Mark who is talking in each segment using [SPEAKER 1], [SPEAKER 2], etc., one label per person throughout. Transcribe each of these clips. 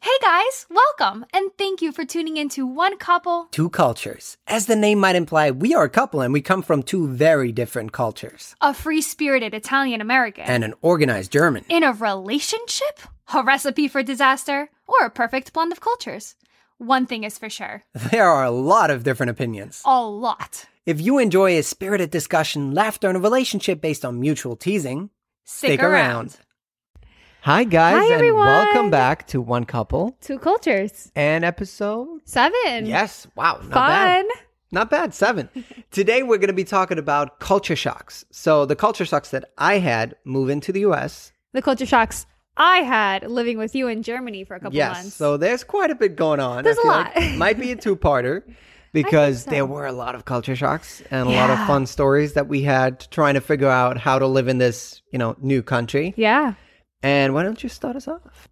[SPEAKER 1] Hey guys, welcome, and thank you for tuning in to One Couple.
[SPEAKER 2] Two cultures. As the name might imply, we are a couple and we come from two very different cultures
[SPEAKER 1] A free spirited Italian American.
[SPEAKER 2] and an organized German.
[SPEAKER 1] in a relationship? A recipe for disaster? Or a perfect blend of cultures? One thing is for sure
[SPEAKER 2] There are a lot of different opinions.
[SPEAKER 1] a lot.
[SPEAKER 2] If you enjoy a spirited discussion, laughter, and a relationship based on mutual teasing,
[SPEAKER 1] Stick,
[SPEAKER 2] Stick around. hi guys,
[SPEAKER 3] Hi,
[SPEAKER 2] and
[SPEAKER 3] everyone.
[SPEAKER 2] welcome back to One Couple
[SPEAKER 3] Two cultures.
[SPEAKER 2] and episode.
[SPEAKER 3] Seven.
[SPEAKER 2] Yes, wow, not bad.
[SPEAKER 3] Fun.
[SPEAKER 2] Not bad, seven. Today we're going to be talking about culture shocks. So the culture shocks that I had moving to the U.S.
[SPEAKER 3] The culture shocks I had living with you in Germany for a couple
[SPEAKER 2] yes,
[SPEAKER 3] months.
[SPEAKER 2] so there's quite a bit going on.
[SPEAKER 3] There's a
[SPEAKER 2] feel
[SPEAKER 3] lot.
[SPEAKER 2] like might be a two-parter because
[SPEAKER 3] so.
[SPEAKER 2] there were a lot of culture shocks and a lot of
[SPEAKER 3] Yeah.
[SPEAKER 2] fun stories that we had trying to figure out how to live in this, you know, new country.
[SPEAKER 3] yeah.
[SPEAKER 2] And why don't you start us off?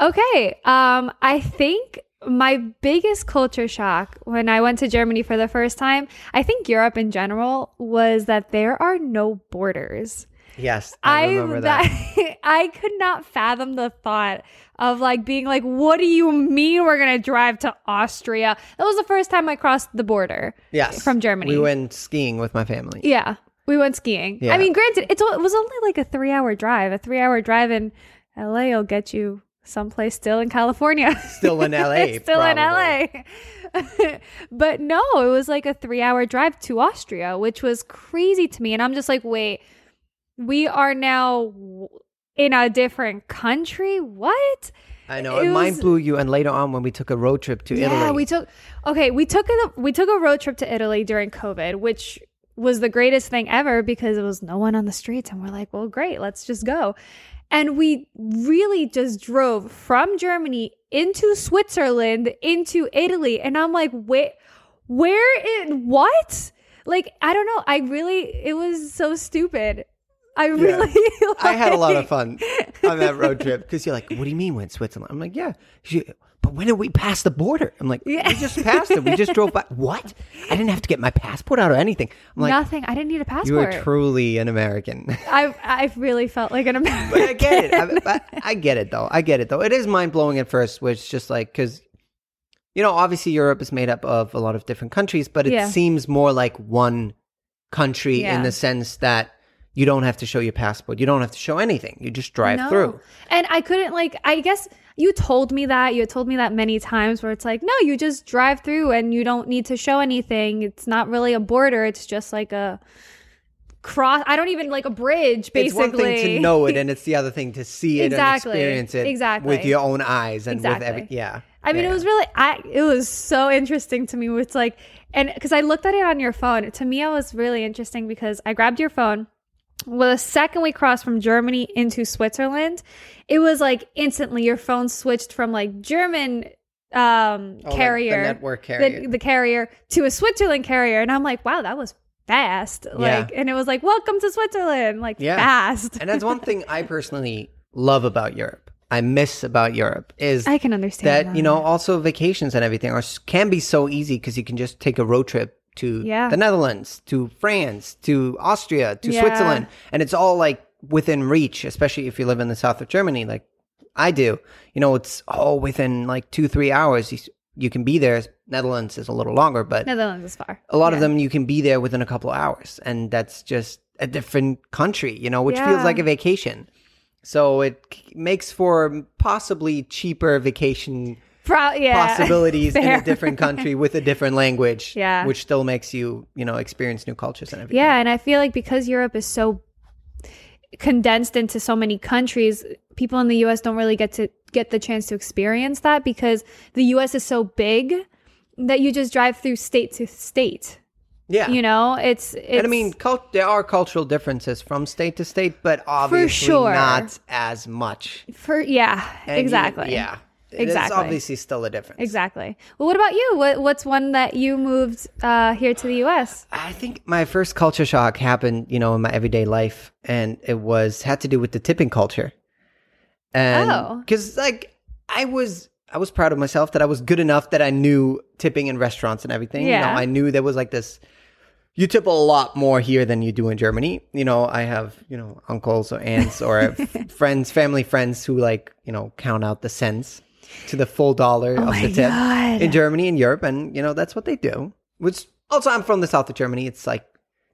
[SPEAKER 3] Okay. Um, I think my biggest culture shock when I went to Germany for the first time, I think Europe in general, was that there are no borders.
[SPEAKER 2] Yes, I, remember that.
[SPEAKER 3] I could not fathom the thought of like being like, what do you mean we're gonna drive to Austria? That was the first time I crossed the border.
[SPEAKER 2] Yes,
[SPEAKER 3] from Germany.
[SPEAKER 2] We went skiing with my family.
[SPEAKER 3] Yeah, we went skiing.
[SPEAKER 2] Yeah.
[SPEAKER 3] I mean, granted, it's, it was only like a three hour drive. A three hour drive in LA will get you someplace still in California.
[SPEAKER 2] Still in LA,
[SPEAKER 3] still
[SPEAKER 2] probably.
[SPEAKER 3] in LA. but no, it was like a three hour drive to Austria, which was crazy to me. And I'm just like, wait, we are now w- in a different country? What?
[SPEAKER 2] I know.
[SPEAKER 3] It
[SPEAKER 2] and mine
[SPEAKER 3] was-
[SPEAKER 2] blew you. And later on, when we took a road trip to Italy,
[SPEAKER 3] Yeah, we took okay, we took a we took a road trip to Italy during COVID, which was the greatest thing ever because it was no one on the streets and we're like, well, great, let's just go. And we really just drove from Germany into Switzerland, into Italy, and I'm like, "Wait, where it what?" Like, I don't know. I really it was so stupid. I really
[SPEAKER 2] I had a lot
[SPEAKER 3] like-
[SPEAKER 2] of fun on that road trip because you're like, "What do you mean we're in Switzerland?" I'm like, "Yeah." She, but when did we pass the border? I'm like,
[SPEAKER 3] Yeah.
[SPEAKER 2] "We just passed it. We just drove by." What? I didn't have to get my passport out or anything. I'm like,
[SPEAKER 3] nothing. I didn't need a
[SPEAKER 2] "You
[SPEAKER 3] passport.
[SPEAKER 2] are truly an American."
[SPEAKER 3] I I really felt like an American.
[SPEAKER 2] but I get it. I, I, I get it though. I get it though. It is mind blowing at first, which is just like because. You know, obviously Europe is made up of a lot of different countries, but it
[SPEAKER 3] Yeah.
[SPEAKER 2] seems more like one country
[SPEAKER 3] Yeah.
[SPEAKER 2] in the sense that you don't have to show your passport, you don't have to show anything, you just drive
[SPEAKER 3] No.
[SPEAKER 2] through.
[SPEAKER 3] And I couldn't like I guess you told me that you had told me that many times where it's like no you just drive through and you don't need to show anything it's not really a border it's just like a cross I don't even like a bridge basically
[SPEAKER 2] It's one thing to know it, and it's the other thing to see it
[SPEAKER 3] Exactly.
[SPEAKER 2] and experience it with
[SPEAKER 3] Exactly.
[SPEAKER 2] your own eyes and
[SPEAKER 3] Exactly.
[SPEAKER 2] with every yeah.
[SPEAKER 3] I mean,
[SPEAKER 2] Yeah.
[SPEAKER 3] it was really, I, it was so interesting to me. It's like, and because I looked at it on your phone, to me, it was really interesting because I grabbed your phone. Well, the second we crossed from Germany into Switzerland, it was like instantly your phone switched from like German um,
[SPEAKER 2] Oh, like the
[SPEAKER 3] carrier,
[SPEAKER 2] network
[SPEAKER 3] the-
[SPEAKER 2] carrier.
[SPEAKER 3] the, carrier to a Switzerland carrier, and I'm like, wow, that was fast. Like, and it was like, welcome to Switzerland, like
[SPEAKER 2] Yeah.
[SPEAKER 3] fast.
[SPEAKER 2] and that's one thing I personally love about Europe. I miss about Europe is
[SPEAKER 3] I can understand
[SPEAKER 2] that you know also vacations and everything are s- can be so easy because you can just take a road trip to
[SPEAKER 3] Yeah.
[SPEAKER 2] the Netherlands, to France, to Austria, to
[SPEAKER 3] Yeah.
[SPEAKER 2] Switzerland, and it's all like within reach. Especially if you live in the south of Germany, like I do. You know, it's all within like two three hours. You, s- you can be there. Netherlands is a little longer, but
[SPEAKER 3] Netherlands is far.
[SPEAKER 2] a lot of
[SPEAKER 3] Yeah.
[SPEAKER 2] them you can be there within a couple hours and that's just a different country you know which feels
[SPEAKER 3] Yeah.
[SPEAKER 2] like a vacation so it c- makes for possibly cheaper vacation
[SPEAKER 3] Pro- yeah.
[SPEAKER 2] possibilities in a
[SPEAKER 3] Fair.
[SPEAKER 2] different country with a different language
[SPEAKER 3] Yeah.
[SPEAKER 2] which still makes you you know experience new cultures and everything
[SPEAKER 3] Yeah, and I feel like because Europe is so condensed into so many countries, people in the US don't really get to get the chance to experience that because the US is so big that you just drive through state to state.
[SPEAKER 2] yeah
[SPEAKER 3] You know, it's it's
[SPEAKER 2] and I mean, cult- there are cultural differences from state to state, but obviously
[SPEAKER 3] sure.
[SPEAKER 2] not as much.
[SPEAKER 3] for yeah,
[SPEAKER 2] And you-
[SPEAKER 3] exactly.
[SPEAKER 2] yeah. It's
[SPEAKER 3] Exactly.
[SPEAKER 2] obviously still a difference.
[SPEAKER 3] Exactly. Well, what about you? What what's one that you moved uh here to the US?
[SPEAKER 2] I think my first culture shock happened, you know, in my everyday life, and it was had to do with the tipping culture. And
[SPEAKER 3] Oh.
[SPEAKER 2] because like I was, I was proud of myself that I was good enough that I knew tipping in restaurants and everything. You
[SPEAKER 3] Yeah.
[SPEAKER 2] know, I knew there was like this. You tip a lot more here than you do in Germany. You know, I have you know uncles or aunts or f- friends, family friends who like you know count out the cents. to the full dollar
[SPEAKER 3] Oh
[SPEAKER 2] of
[SPEAKER 3] my
[SPEAKER 2] the tip
[SPEAKER 3] God.
[SPEAKER 2] in Germany and Europe, and you know that's what they do. Which also, I'm from the south of Germany. It's like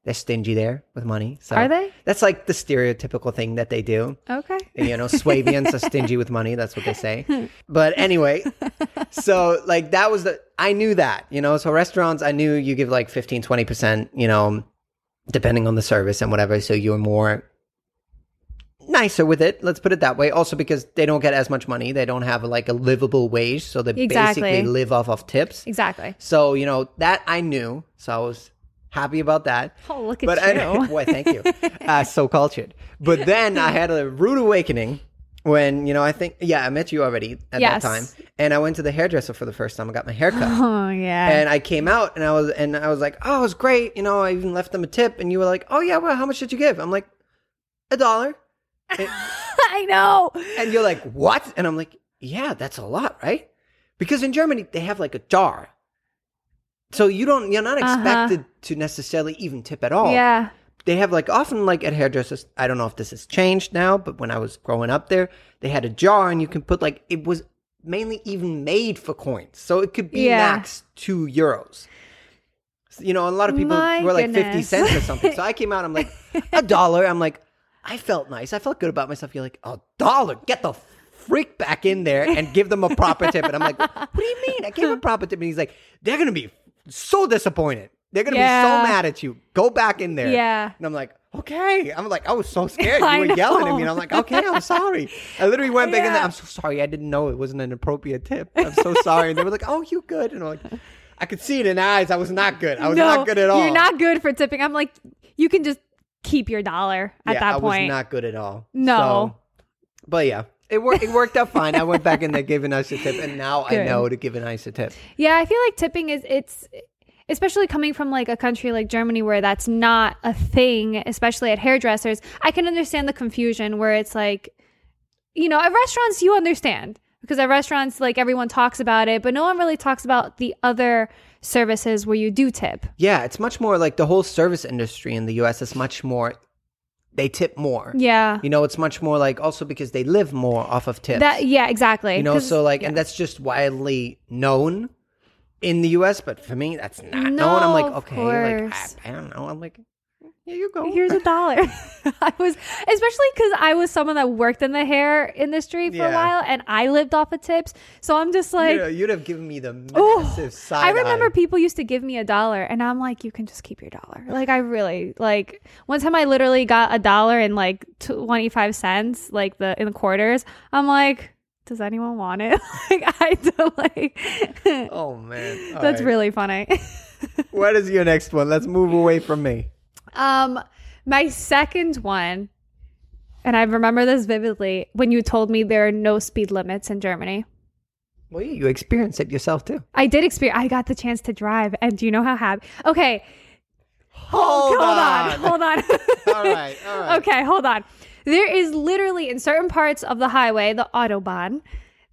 [SPEAKER 2] they're stingy there with money. So
[SPEAKER 3] Are they?
[SPEAKER 2] That's like the stereotypical thing that they do.
[SPEAKER 3] Okay.
[SPEAKER 2] You know, Swabians are stingy with money. That's what they say. But anyway, so like that was the, I knew that, you know, so restaurants, I knew you give like 15, 20%, you know, depending on the service and whatever. So you're more nicer with it. Let's put it that way. Also because they don't get as much money. They don't have like a livable wage. So they
[SPEAKER 3] Exactly.
[SPEAKER 2] basically live off of tips.
[SPEAKER 3] Exactly.
[SPEAKER 2] So, you know, that I knew. So I was happy about that.
[SPEAKER 3] Oh, look at
[SPEAKER 2] But
[SPEAKER 3] you.
[SPEAKER 2] anyway, boy, thank you. Uh, so cultured. But then I had a rude awakening when you know I think yeah I met you already at
[SPEAKER 3] Yes.
[SPEAKER 2] that time, and I went to the hairdresser for the first time. I got my hair cut.
[SPEAKER 3] oh yeah.
[SPEAKER 2] And I came out and I was and I was like, oh, it was great. You know, I even left them a tip, and you were like, oh yeah, well, how much did you give? I'm like, a dollar.
[SPEAKER 3] I know.
[SPEAKER 2] And you're like, what? And I'm like, yeah, that's a lot, right? Because in Germany, they have like a jar. So you don't, you're not
[SPEAKER 3] Uh-huh.
[SPEAKER 2] expected to necessarily even tip at all.
[SPEAKER 3] Yeah.
[SPEAKER 2] They have like often like at hairdressers. I don't know if this has changed now, but when I was growing up there, they had a jar and you can put like, it was mainly even made for coins. So it could be
[SPEAKER 3] Yeah.
[SPEAKER 2] max two euros. You know, a lot of people
[SPEAKER 3] My
[SPEAKER 2] were like 50
[SPEAKER 3] goodness.
[SPEAKER 2] cents or something. So I came out, I'm like, a dollar. I'm like, I felt nice. I felt good about myself. You're like, a dollar. Get the freak back in there and give them a proper tip. And I'm like, what do you mean? I gave a proper tip. And he's like, they're going to be so disappointed. They're going to
[SPEAKER 3] Yeah.
[SPEAKER 2] be so mad at you. Go back in there.
[SPEAKER 3] Yeah.
[SPEAKER 2] And I'm like, okay. I'm like, I was so scared.
[SPEAKER 3] I
[SPEAKER 2] You were yelling at
[SPEAKER 3] know.
[SPEAKER 2] me. And I'm like, okay, I'm sorry. I literally went back in there.
[SPEAKER 3] Yeah.
[SPEAKER 2] I'm so sorry. I didn't know it wasn't an appropriate tip. I'm so sorry. And they were like, oh, you good. And I'm like, I could see it in the eyes. I was not good. I was
[SPEAKER 3] no,
[SPEAKER 2] not good at all.
[SPEAKER 3] You're not good for tipping. I'm like, you can just keep your dollar at
[SPEAKER 2] yeah,
[SPEAKER 3] that
[SPEAKER 2] I
[SPEAKER 3] point.
[SPEAKER 2] was not good at all.
[SPEAKER 3] No.
[SPEAKER 2] So- but yeah, it worked. It worked out fine. I went back in there, gave a nicer tip, and now I
[SPEAKER 3] Good.
[SPEAKER 2] know to give a nicer tip.
[SPEAKER 3] Yeah, I feel like tipping is it's especially coming from like a country like Germany where that's not a thing, especially at hairdressers. I can understand the confusion where it's like you know, at restaurants you understand because at restaurants like everyone talks about it, but no one really talks about the other services where you do tip.
[SPEAKER 2] Yeah, it's much more like the whole service industry in the U.S. is much more. They tip more.
[SPEAKER 3] Yeah.
[SPEAKER 2] You know, it's much more like also because they live more off of tips.
[SPEAKER 3] That yeah, exactly.
[SPEAKER 2] you know,
[SPEAKER 3] 'Cause-
[SPEAKER 2] so like, and that's just widely known in the U.S. But for me, that's not known. I'm
[SPEAKER 3] No,
[SPEAKER 2] like,
[SPEAKER 3] of
[SPEAKER 2] okay, like I,
[SPEAKER 3] course.
[SPEAKER 2] I don't know. I'm like, yeah, you go.
[SPEAKER 3] Here's a dollar. I was especially because I was someone that worked in the hair industry for a
[SPEAKER 2] Yeah.
[SPEAKER 3] while, and I lived off of tips. So I'm just like,
[SPEAKER 2] Yeah, you'd have given me the
[SPEAKER 3] Oh,
[SPEAKER 2] massive side.
[SPEAKER 3] I remember
[SPEAKER 2] eye.
[SPEAKER 3] people used to give me a dollar, and I'm like, you can just keep your dollar. Like, I really like. One time, I literally got a dollar and like twenty five cents, like the in the quarters. I'm like, does anyone want it? like, I don't like.
[SPEAKER 2] Oh man, All
[SPEAKER 3] That's
[SPEAKER 2] right.
[SPEAKER 3] really funny.
[SPEAKER 2] What is your next one? Let's move away from me.
[SPEAKER 3] um, my second one, and I remember this vividly when you told me there are no speed limits in Germany.
[SPEAKER 2] Well, yeah, you experienced it yourself too.
[SPEAKER 3] I did experience. I got the chance to drive, and do you know how happy? Okay,
[SPEAKER 2] Hold,
[SPEAKER 3] hold on, hold on.
[SPEAKER 2] all right, all right.
[SPEAKER 3] Okay, hold on. There is literally in certain parts of the highway, the autobahn,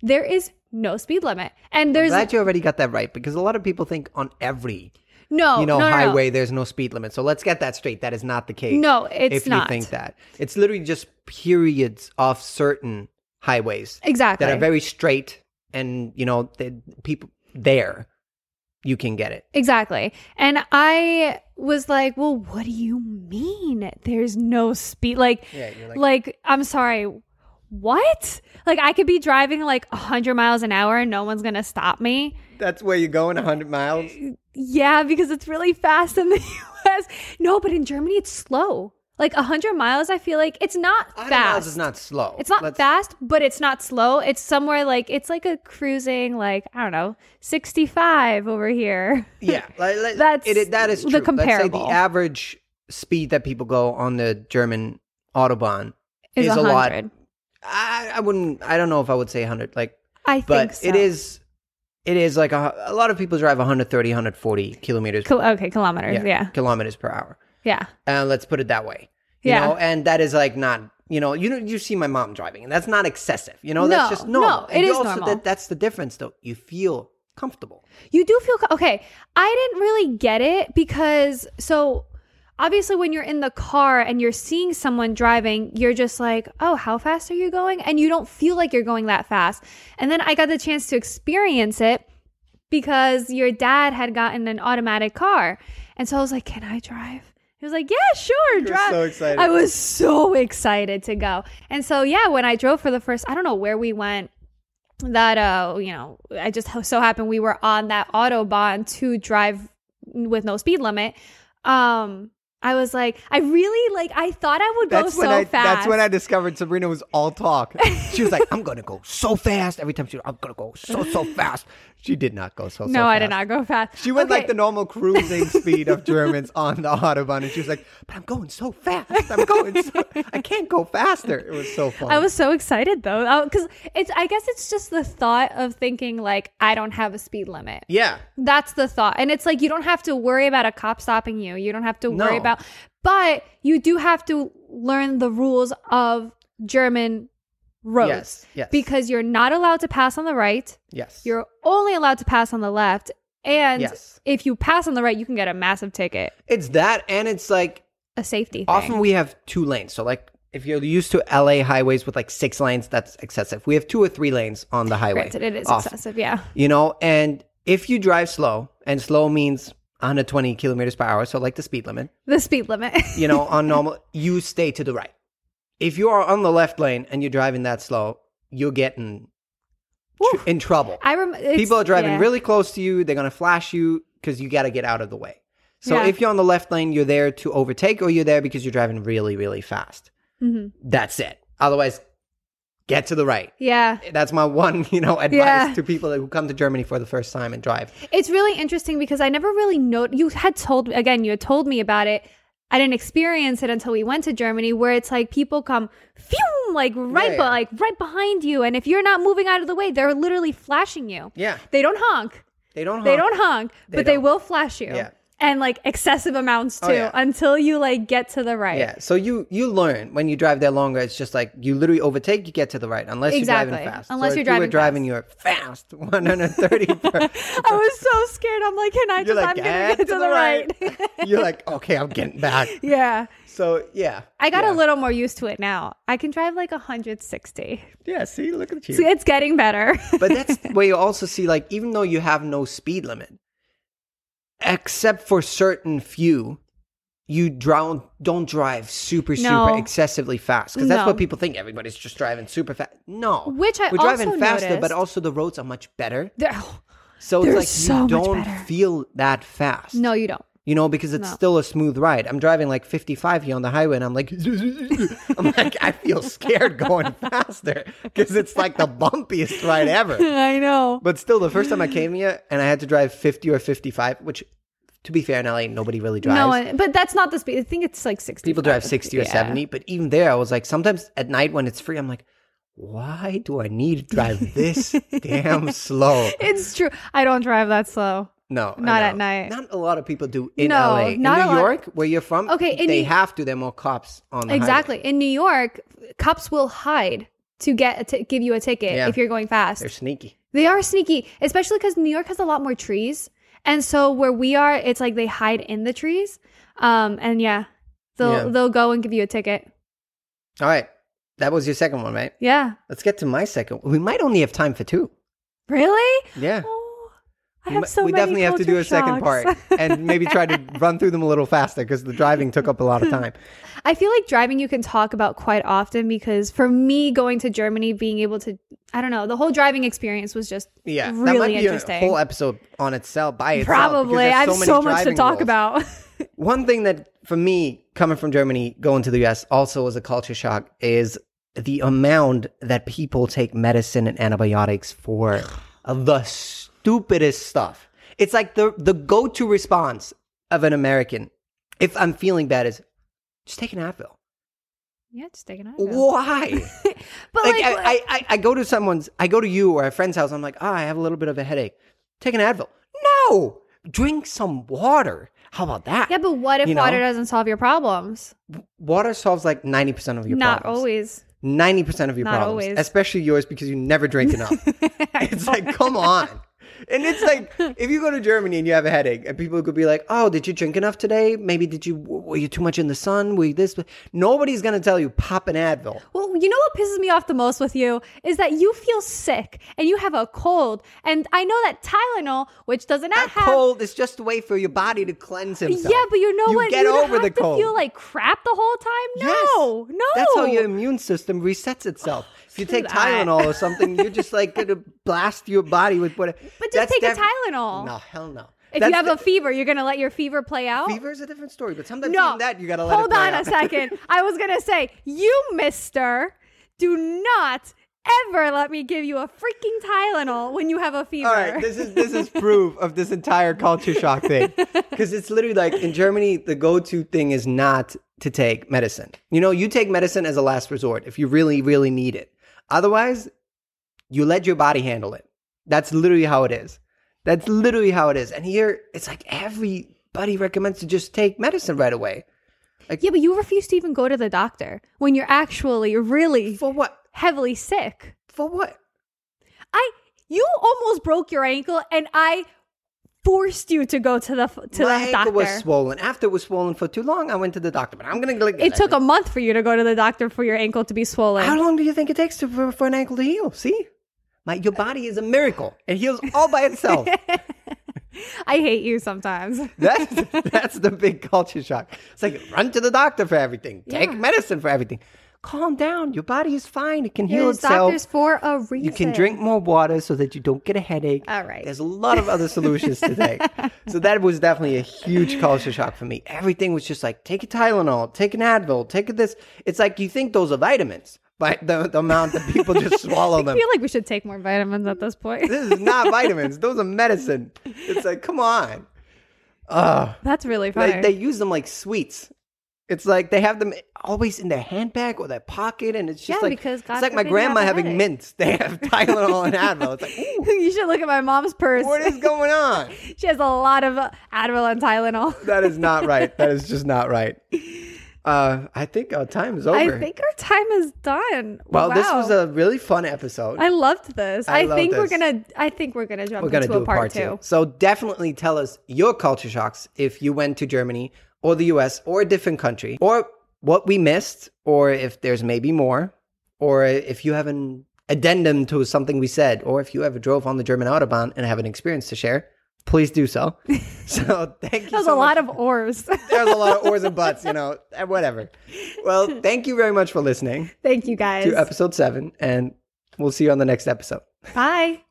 [SPEAKER 3] there is no speed limit, and there's
[SPEAKER 2] Glad you already got that right because a lot of people think on every
[SPEAKER 3] Oh, no,
[SPEAKER 2] you know
[SPEAKER 3] no, no, no.
[SPEAKER 2] highway there's no speed limit. So let's get that straight. That is not the case.
[SPEAKER 3] No, it's
[SPEAKER 2] if
[SPEAKER 3] not.
[SPEAKER 2] you think that, it's literally just periods off certain highways
[SPEAKER 3] Exactly.
[SPEAKER 2] that are very straight, and you know the people there, you can get it.
[SPEAKER 3] Exactly. And I was like, well, what do you mean there's no speed? Like,
[SPEAKER 2] Yeah, you're
[SPEAKER 3] like, I'm sorry, what? Like, I could be driving like 100 miles an hour and no one's going to stop me.
[SPEAKER 2] That's where you're going 100 miles.
[SPEAKER 3] Yeah, because it's really fast in the US. No, but in Germany, it's slow. Like 100 miles, I feel like it's not
[SPEAKER 2] 100 miles
[SPEAKER 3] fast.
[SPEAKER 2] is not slow.
[SPEAKER 3] It's not
[SPEAKER 2] Let's-
[SPEAKER 3] fast, but it's not slow. It's somewhere like, it's like a cruising, like, I don't know, 65 over here.
[SPEAKER 2] Yeah, like, like,
[SPEAKER 3] That's
[SPEAKER 2] it, it- that is
[SPEAKER 3] the
[SPEAKER 2] true. Let's say
[SPEAKER 3] comparable.
[SPEAKER 2] the average speed that people go on the German autobahn
[SPEAKER 3] Is,
[SPEAKER 2] is, a
[SPEAKER 3] 100.
[SPEAKER 2] lot. I, I wouldn't. I don't know if I would say 100. Like,
[SPEAKER 3] I think
[SPEAKER 2] but
[SPEAKER 3] so.
[SPEAKER 2] it is. It is like a, a lot of people drive 130, 140 kilometers.
[SPEAKER 3] Kil- okay, kilometers. Yeah. Yeah.
[SPEAKER 2] kilometers per hour.
[SPEAKER 3] Yeah.
[SPEAKER 2] And let's put it that way. You
[SPEAKER 3] Yeah.
[SPEAKER 2] know, and that is like not. You know, you know, you see my mom driving, and that's not excessive. You know, that's
[SPEAKER 3] No,
[SPEAKER 2] just normal.
[SPEAKER 3] no,
[SPEAKER 2] And
[SPEAKER 3] it
[SPEAKER 2] you
[SPEAKER 3] is normal.
[SPEAKER 2] that's the difference, though. You feel comfortable.
[SPEAKER 3] You do feel co- okay. I didn't really get it because so obviously when you're in the car and you're seeing someone driving, you're just like, "Oh, how fast are you going?" and you don't feel like you're going that fast. And then I got the chance to experience it because your dad had gotten an automatic car. And so I was like, "Can I drive?" He was like, "Yeah, sure, drive."
[SPEAKER 2] so excited.
[SPEAKER 3] I was so excited to go. And so yeah, when I drove for the first, I don't know where we went that uh you know i just ho- so happened we were on that autobahn to drive with no speed limit um i was like i really like i thought i would go
[SPEAKER 2] That's
[SPEAKER 3] so
[SPEAKER 2] when I
[SPEAKER 3] fast
[SPEAKER 2] that's when I discovered Sabrina was all talk. She was like, "I'm gonna go so fast." Every time she, "I'm gonna go so so fast." She did not go so. so
[SPEAKER 3] no i did
[SPEAKER 2] fast.
[SPEAKER 3] not go fast
[SPEAKER 2] She went like
[SPEAKER 3] Okay.
[SPEAKER 2] the normal cruising speed of Germans on the autobahn, and she was like, "But I'm going so fast. I'm going. So, I can't go faster." It was so fun.
[SPEAKER 3] I was so excited though, because it's. I guess it's just the thought of thinking like I don't have a speed limit.
[SPEAKER 2] Yeah.
[SPEAKER 3] That's the thought, and it's like you don't have to worry about a cop stopping you. You don't have to worry
[SPEAKER 2] No.
[SPEAKER 3] about, but you do have to learn the rules of German roads
[SPEAKER 2] Yes. Yes.
[SPEAKER 3] because you're not allowed to pass on the right.
[SPEAKER 2] yes.
[SPEAKER 3] You're only allowed to pass on the left, and
[SPEAKER 2] Yes.
[SPEAKER 3] if you pass on the right, you can get a massive ticket,
[SPEAKER 2] It's that, and it's like
[SPEAKER 3] a safety.
[SPEAKER 2] often
[SPEAKER 3] thing.
[SPEAKER 2] we have two lanes. So like if you're used to LA highways with like six lanes, that's excessive. We have two or three lanes on the highway.
[SPEAKER 3] granted, it is
[SPEAKER 2] often.
[SPEAKER 3] excessive. Yeah,
[SPEAKER 2] you know and if you drive slow and slow means 120 kilometers per hour so like the speed limit
[SPEAKER 3] the speed limit.
[SPEAKER 2] you know on normal you stay to the right if you are on the left lane and you're driving that slow you're getting tr- in trouble
[SPEAKER 3] I remember
[SPEAKER 2] people are driving
[SPEAKER 3] yeah.
[SPEAKER 2] really close to you they're going to flash you because you got to get out of the way so
[SPEAKER 3] Yeah.
[SPEAKER 2] if you're on the left lane you're there to overtake or you're there because you're driving really really fast
[SPEAKER 3] Mhm.
[SPEAKER 2] that's it otherwise get to the right
[SPEAKER 3] Yeah.
[SPEAKER 2] that's my one you know advice
[SPEAKER 3] Yeah.
[SPEAKER 2] to people who come to germany for the first time and drive
[SPEAKER 3] It's really interesting because I never really know. You had told again. You had told me about it. I didn't experience it until we went to Germany, where it's like people come, phew, like right,
[SPEAKER 2] Yeah,
[SPEAKER 3] but
[SPEAKER 2] yeah.
[SPEAKER 3] like right behind you, and if you're not moving out of the way, they're literally flashing you.
[SPEAKER 2] yeah
[SPEAKER 3] They don't honk.
[SPEAKER 2] They don't.
[SPEAKER 3] They
[SPEAKER 2] honk.
[SPEAKER 3] don't honk,
[SPEAKER 2] They
[SPEAKER 3] but they
[SPEAKER 2] don't.
[SPEAKER 3] will flash you.
[SPEAKER 2] Yeah.
[SPEAKER 3] And like excessive amounts too,
[SPEAKER 2] Oh, yeah.
[SPEAKER 3] until you like get to the right.
[SPEAKER 2] Yeah. So you you learn when you drive there longer. It's just like you literally overtake. You get to the right unless you're
[SPEAKER 3] Exactly.
[SPEAKER 2] driving fast.
[SPEAKER 3] Unless
[SPEAKER 2] So
[SPEAKER 3] you're
[SPEAKER 2] if
[SPEAKER 3] driving
[SPEAKER 2] you were driving, you're fast 130. per,
[SPEAKER 3] I was so scared. I'm like, can I
[SPEAKER 2] you're
[SPEAKER 3] just?
[SPEAKER 2] like "Ah,
[SPEAKER 3] I'm gonna
[SPEAKER 2] "Get
[SPEAKER 3] get to the, right.
[SPEAKER 2] you're like okay, I'm getting back.
[SPEAKER 3] yeah.
[SPEAKER 2] So yeah.
[SPEAKER 3] I got
[SPEAKER 2] yeah.
[SPEAKER 3] a little more used to it now. I can drive like 160.
[SPEAKER 2] Yeah. See, look at you.
[SPEAKER 3] So it's getting better.
[SPEAKER 2] but that's where you also see like even though you have no speed limit, except for certain few. You drown, don't drive super,
[SPEAKER 3] No.
[SPEAKER 2] super excessively fast because that's
[SPEAKER 3] No.
[SPEAKER 2] what people think. Everybody's just driving super fast. No,
[SPEAKER 3] Which I
[SPEAKER 2] we're
[SPEAKER 3] also
[SPEAKER 2] driving faster, but
[SPEAKER 3] noticed-
[SPEAKER 2] also the roads are much better.
[SPEAKER 3] There- oh,
[SPEAKER 2] So
[SPEAKER 3] They're
[SPEAKER 2] it's like
[SPEAKER 3] so
[SPEAKER 2] you
[SPEAKER 3] much
[SPEAKER 2] don't
[SPEAKER 3] better.
[SPEAKER 2] feel that fast.
[SPEAKER 3] no, you don't.
[SPEAKER 2] You know, because it's
[SPEAKER 3] No.
[SPEAKER 2] still a smooth ride. I'm driving like 55 here on the highway and I'm like, I'm like, I feel scared going faster because it's like the bumpiest ride ever.
[SPEAKER 3] I know.
[SPEAKER 2] But still, the first time I came here and I had to drive 50 or 55, which to be fair, in LA, nobody really drives.
[SPEAKER 3] No, one- but that's not the speed. I think it's like 60.
[SPEAKER 2] People drive 60 or 70, but even there, I was like, sometimes at night when it's free, I'm like, why do I need to drive this damn slow?
[SPEAKER 3] It's true. I don't drive that slow.
[SPEAKER 2] No, I
[SPEAKER 3] Not at
[SPEAKER 2] know.
[SPEAKER 3] night.
[SPEAKER 2] Not a lot of people do in
[SPEAKER 3] No,
[SPEAKER 2] LA.
[SPEAKER 3] not
[SPEAKER 2] in
[SPEAKER 3] a
[SPEAKER 2] New
[SPEAKER 3] lot.
[SPEAKER 2] York, where you're from,
[SPEAKER 3] Okay, in
[SPEAKER 2] they
[SPEAKER 3] New-
[SPEAKER 2] have to. There are more cops on the
[SPEAKER 3] Exactly.
[SPEAKER 2] highway.
[SPEAKER 3] In New York, cops will hide to get a t- give you a ticket
[SPEAKER 2] Yeah.
[SPEAKER 3] if you're going fast.
[SPEAKER 2] They're sneaky.
[SPEAKER 3] They are sneaky, especially because New York has a lot more trees. And so where we are, it's like they hide in the trees. Um, and yeah, they'll
[SPEAKER 2] Yeah.
[SPEAKER 3] they'll go and give you a ticket.
[SPEAKER 2] All right, that was your second one, right?
[SPEAKER 3] Yeah.
[SPEAKER 2] Let's get to my second. We might only have time for two.
[SPEAKER 3] Really?
[SPEAKER 2] Yeah,
[SPEAKER 3] Oh, I
[SPEAKER 2] we,
[SPEAKER 3] have
[SPEAKER 2] mi-
[SPEAKER 3] so
[SPEAKER 2] we
[SPEAKER 3] many
[SPEAKER 2] definitely have to do
[SPEAKER 3] culture
[SPEAKER 2] a second part
[SPEAKER 3] shocks.
[SPEAKER 2] and maybe try to run through them a little faster because the driving took up a lot of time.
[SPEAKER 3] I feel like driving you can talk about quite often because for me going to Germany, being able to I don't know, the whole driving experience was just
[SPEAKER 2] Yeah, that
[SPEAKER 3] really
[SPEAKER 2] might be
[SPEAKER 3] interesting.
[SPEAKER 2] a whole episode on itself by itself. because
[SPEAKER 3] Probably.
[SPEAKER 2] there's
[SPEAKER 3] I have
[SPEAKER 2] many
[SPEAKER 3] so much to
[SPEAKER 2] driving
[SPEAKER 3] talk
[SPEAKER 2] rules.
[SPEAKER 3] about.
[SPEAKER 2] One thing that for me, coming from Germany, going to the US also was a culture shock is the amount that people take medicine and antibiotics for the stupidest stuff. It's like the the go to response of an American if I'm feeling bad is just take an Advil.
[SPEAKER 3] yeah, just taking it.
[SPEAKER 2] Why?
[SPEAKER 3] But
[SPEAKER 2] like,
[SPEAKER 3] like,
[SPEAKER 2] I, I, I, I go to someone's, I go to you or a friend's house. I'm like, ah, I have a little bit of a headache. Take an Advil. No, drink some water. How about that?
[SPEAKER 3] Yeah, but what if
[SPEAKER 2] you know?
[SPEAKER 3] water doesn't solve your problems?
[SPEAKER 2] water solves like 90% of your
[SPEAKER 3] Not
[SPEAKER 2] problems.
[SPEAKER 3] always.
[SPEAKER 2] 90% of your
[SPEAKER 3] Not
[SPEAKER 2] problems.
[SPEAKER 3] always.
[SPEAKER 2] Especially yours because you never drink enough. it's like, come on. And it's like if you go to Germany and you have a headache, and people could be like, "Oh, did you drink enough today? Maybe did you were you too much in the sun? Were you this?" Nobody's gonna tell you pop an Advil.
[SPEAKER 3] Well, you know what pisses me off the most with you is that you feel sick and you have a cold. And I know that Tylenol, which does not
[SPEAKER 2] That
[SPEAKER 3] have
[SPEAKER 2] cold is just a way for your body to cleanse himself.
[SPEAKER 3] Yeah, but you know
[SPEAKER 2] you
[SPEAKER 3] what?
[SPEAKER 2] Get
[SPEAKER 3] you don't
[SPEAKER 2] over
[SPEAKER 3] have
[SPEAKER 2] the
[SPEAKER 3] to
[SPEAKER 2] cold.
[SPEAKER 3] feel like crap the whole time.
[SPEAKER 2] Yes.
[SPEAKER 3] No, no.
[SPEAKER 2] That's how your immune system resets itself. if you
[SPEAKER 3] screw
[SPEAKER 2] take
[SPEAKER 3] that.
[SPEAKER 2] Tylenol or something, you're just like gonna blast your body with whatever.
[SPEAKER 3] But just take a Tylenol.
[SPEAKER 2] No, hell no.
[SPEAKER 3] If
[SPEAKER 2] That's
[SPEAKER 3] you have
[SPEAKER 2] the-
[SPEAKER 3] a fever, you're gonna let your fever play out.
[SPEAKER 2] fever is a different story. But sometimes
[SPEAKER 3] no,
[SPEAKER 2] even that you gotta let
[SPEAKER 3] hold
[SPEAKER 2] it play
[SPEAKER 3] on
[SPEAKER 2] out.
[SPEAKER 3] a second. I was gonna say, you Mister, do not ever let me give you a freaking Tylenol when you have a fever.
[SPEAKER 2] All right, this is this is proof of this entire culture shock thing, because it's literally like in Germany, the go-to thing is not to take medicine. You know, you take medicine as a last resort if you really, really need it. Otherwise, you let your body handle it. That's literally how it is. That's literally how it is. And here, it's like everybody recommends to just take medicine right away.
[SPEAKER 3] yeah, but you refuse to even go to the doctor when you're actually really
[SPEAKER 2] For what?
[SPEAKER 3] heavily sick.
[SPEAKER 2] For what?
[SPEAKER 3] I you almost broke your ankle, and I forced you to go to the f- to
[SPEAKER 2] My
[SPEAKER 3] the
[SPEAKER 2] ankle
[SPEAKER 3] doctor.
[SPEAKER 2] was swollen. After it was swollen for too long, I went to the doctor. But I'm gonna.
[SPEAKER 3] it took a month for you to go to the doctor for your ankle to be swollen.
[SPEAKER 2] How long do you think it takes to, for, for an ankle to heal? See, my your body is a miracle. It heals all by itself.
[SPEAKER 3] I hate you sometimes.
[SPEAKER 2] that's that's the big culture shock. It's like run to the doctor for everything. Take
[SPEAKER 3] Yeah.
[SPEAKER 2] medicine for everything. Calm down. Your body is fine. It can heal
[SPEAKER 3] There's
[SPEAKER 2] itself.
[SPEAKER 3] doctors for a reason.
[SPEAKER 2] You can drink more water so that you don't get a headache.
[SPEAKER 3] All right.
[SPEAKER 2] There's a lot of other solutions today. So that was definitely a huge culture shock for me. Everything was just like take a Tylenol, take an Advil, take this. It's like you think those are vitamins, but the, the amount that people just swallow
[SPEAKER 3] I
[SPEAKER 2] them.
[SPEAKER 3] feel like we should take more vitamins at this point.
[SPEAKER 2] this is not vitamins. Those are medicine. It's like, come on. Oh,
[SPEAKER 3] That's really funny.
[SPEAKER 2] they, they use them like sweets. It's like they have them always in their handbag or their pocket, and it's just
[SPEAKER 3] Yeah,
[SPEAKER 2] like
[SPEAKER 3] because God
[SPEAKER 2] it's like my
[SPEAKER 3] forbid you have
[SPEAKER 2] grandma
[SPEAKER 3] a
[SPEAKER 2] having
[SPEAKER 3] headache.
[SPEAKER 2] mints. They have Tylenol and Advil. It's like, ooh,
[SPEAKER 3] you should look at my mom's purse.
[SPEAKER 2] what is going on?
[SPEAKER 3] she has a lot of uh, Advil and Tylenol.
[SPEAKER 2] That is not right. That is just not right. Uh, I think our time is over.
[SPEAKER 3] I think our time is done.
[SPEAKER 2] well, this
[SPEAKER 3] Wow.
[SPEAKER 2] was a really fun episode.
[SPEAKER 3] I loved this. I,
[SPEAKER 2] I love
[SPEAKER 3] think we're
[SPEAKER 2] this.
[SPEAKER 3] gonna. I think we're gonna jump
[SPEAKER 2] We're gonna
[SPEAKER 3] into
[SPEAKER 2] do
[SPEAKER 3] a part, two.
[SPEAKER 2] So definitely tell us your culture shocks if you went to Germany or the US or a different country, or what we missed, or if there's maybe more, or if you have an addendum to something we said, or if you ever drove on the German autobahn and have an experience to share. Please do so. So thank you.
[SPEAKER 3] That was a
[SPEAKER 2] so
[SPEAKER 3] lot
[SPEAKER 2] much.
[SPEAKER 3] of oars.
[SPEAKER 2] There's a lot of oars and butts, you know, and whatever. Well, thank you very much for listening
[SPEAKER 3] Thank you guys.
[SPEAKER 2] to episode seven, and we'll see you on the next episode.
[SPEAKER 3] Bye.